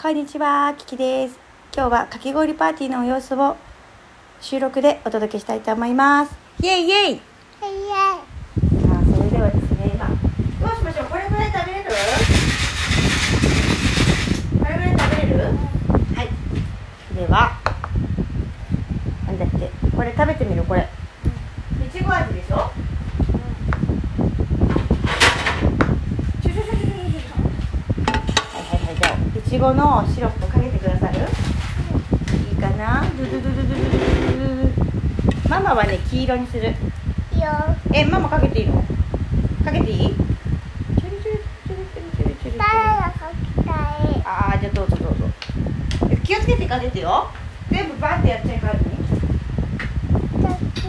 こんにちは、キキです。今日はかき氷パーティーの様子を収録でお届けしたいと思います。イエイイエイイ。エイさあそれではですね今どうしましょうこれぐらい食べれるこれぐらい食べれるはいではなんだっけこれ食べてみるこれいちご味でしょちょちょちょちょちょちょはいはいはいじゃあいちごのシロップかけてくださるいいかなドゥドゥドゥドゥドゥドゥドゥドゥドゥママはね黄色にするいいよえ、ママかけていいのかけていい誰が書きたいああ、じゃあどうぞどうぞえ気をつけてかけてよ全部バーってやっちゃいかんねだって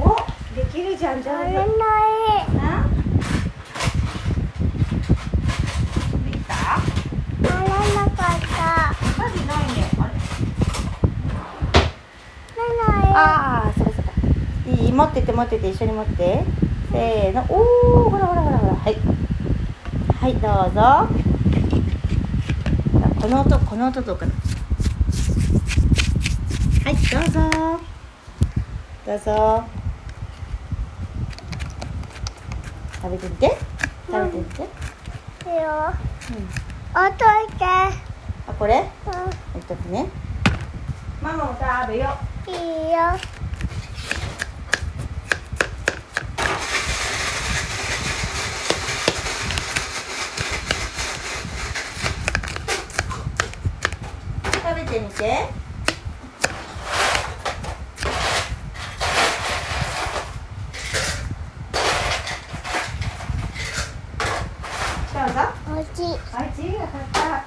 おできるじゃんじゃ乗あれなないできた乗れなかったマジないねあれ乗れないああ、そうかそうかいい持ってて持ってて一緒に持ってせーの、おー、ほらほらほらほらはいはい、どうぞこの音、この音どうかなはい、どうぞどうぞ食べてみて食べてみて、いいようん、落としてあ、これう置いとくねママも食べよんいいよ食べてみてどうぞおいしいあいちがかった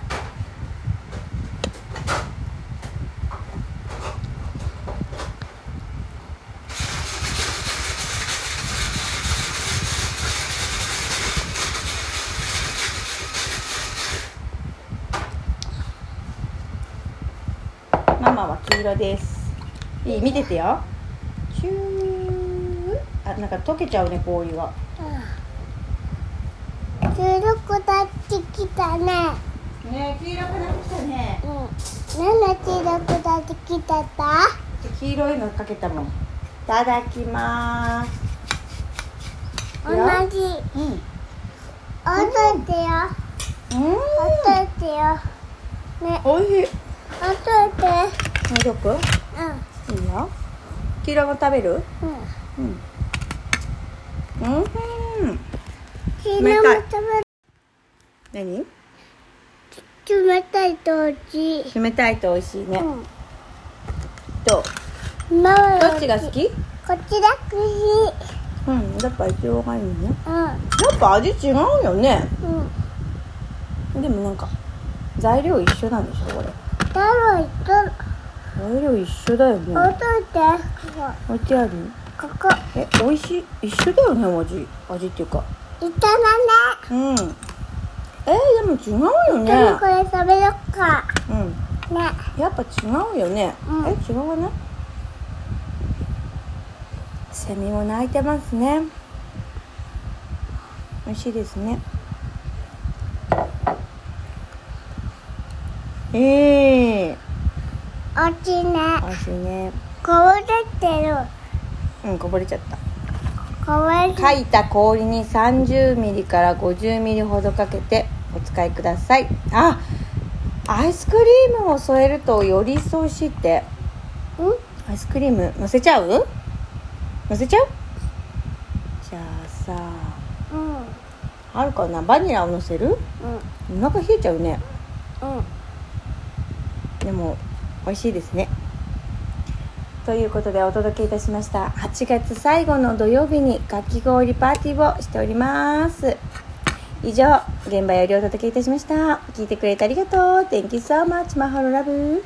ママは黄色です。いい、見ててよ。チュー。あ、なんか溶けちゃうね、氷が。黄色くなってきたねね、黄色くなってきたね。うんなんで黄色くなってきたった黄色いのかけたもん。いただきます。同じうん。うん。落としてよ落としてよねおいしい。落としてよく。ういいよ。黄色も食べる。んうんうん。うん。昨日も何。食べ冷たいとおじ冷たいと美味しいね。うと、ん。ママどっちが好こき。っちだくし。うん、やっぱいちごがいいね。うん。やっぱ味違うよね。うん。でもなんか。材料一緒なんでしょこれ。太郎と、材料一緒だよおね。といて。置いてある。ここ。え、美味しい。一緒だよね、味。味っていうか。いただうん。えー、でも違うよね。ね。でもこれ食べよっか。うん。ね。やっぱ違うよね。うんえ、違うかな。セミも鳴いてますね。美味しいですね。ええおち美ね。味しいね。こぼれてる。うん、こぼれちゃった。こぼれてる。かいた氷に30ミリから50ミリほどかけてお使いくださいあアイスクリームを添えるとより一層美味しいってうん。アイスクリームのせちゃうのせちゃうじゃあさうん。あるかなバニラをのせるうん。お腹冷えちゃうねうん。でも美味しいですねということでお届けいたしました8月最後の土曜日にかき氷パーティーをしております以上現場よりお届けいたしました聞いてくれてありがとう Thank you so much マホロラブ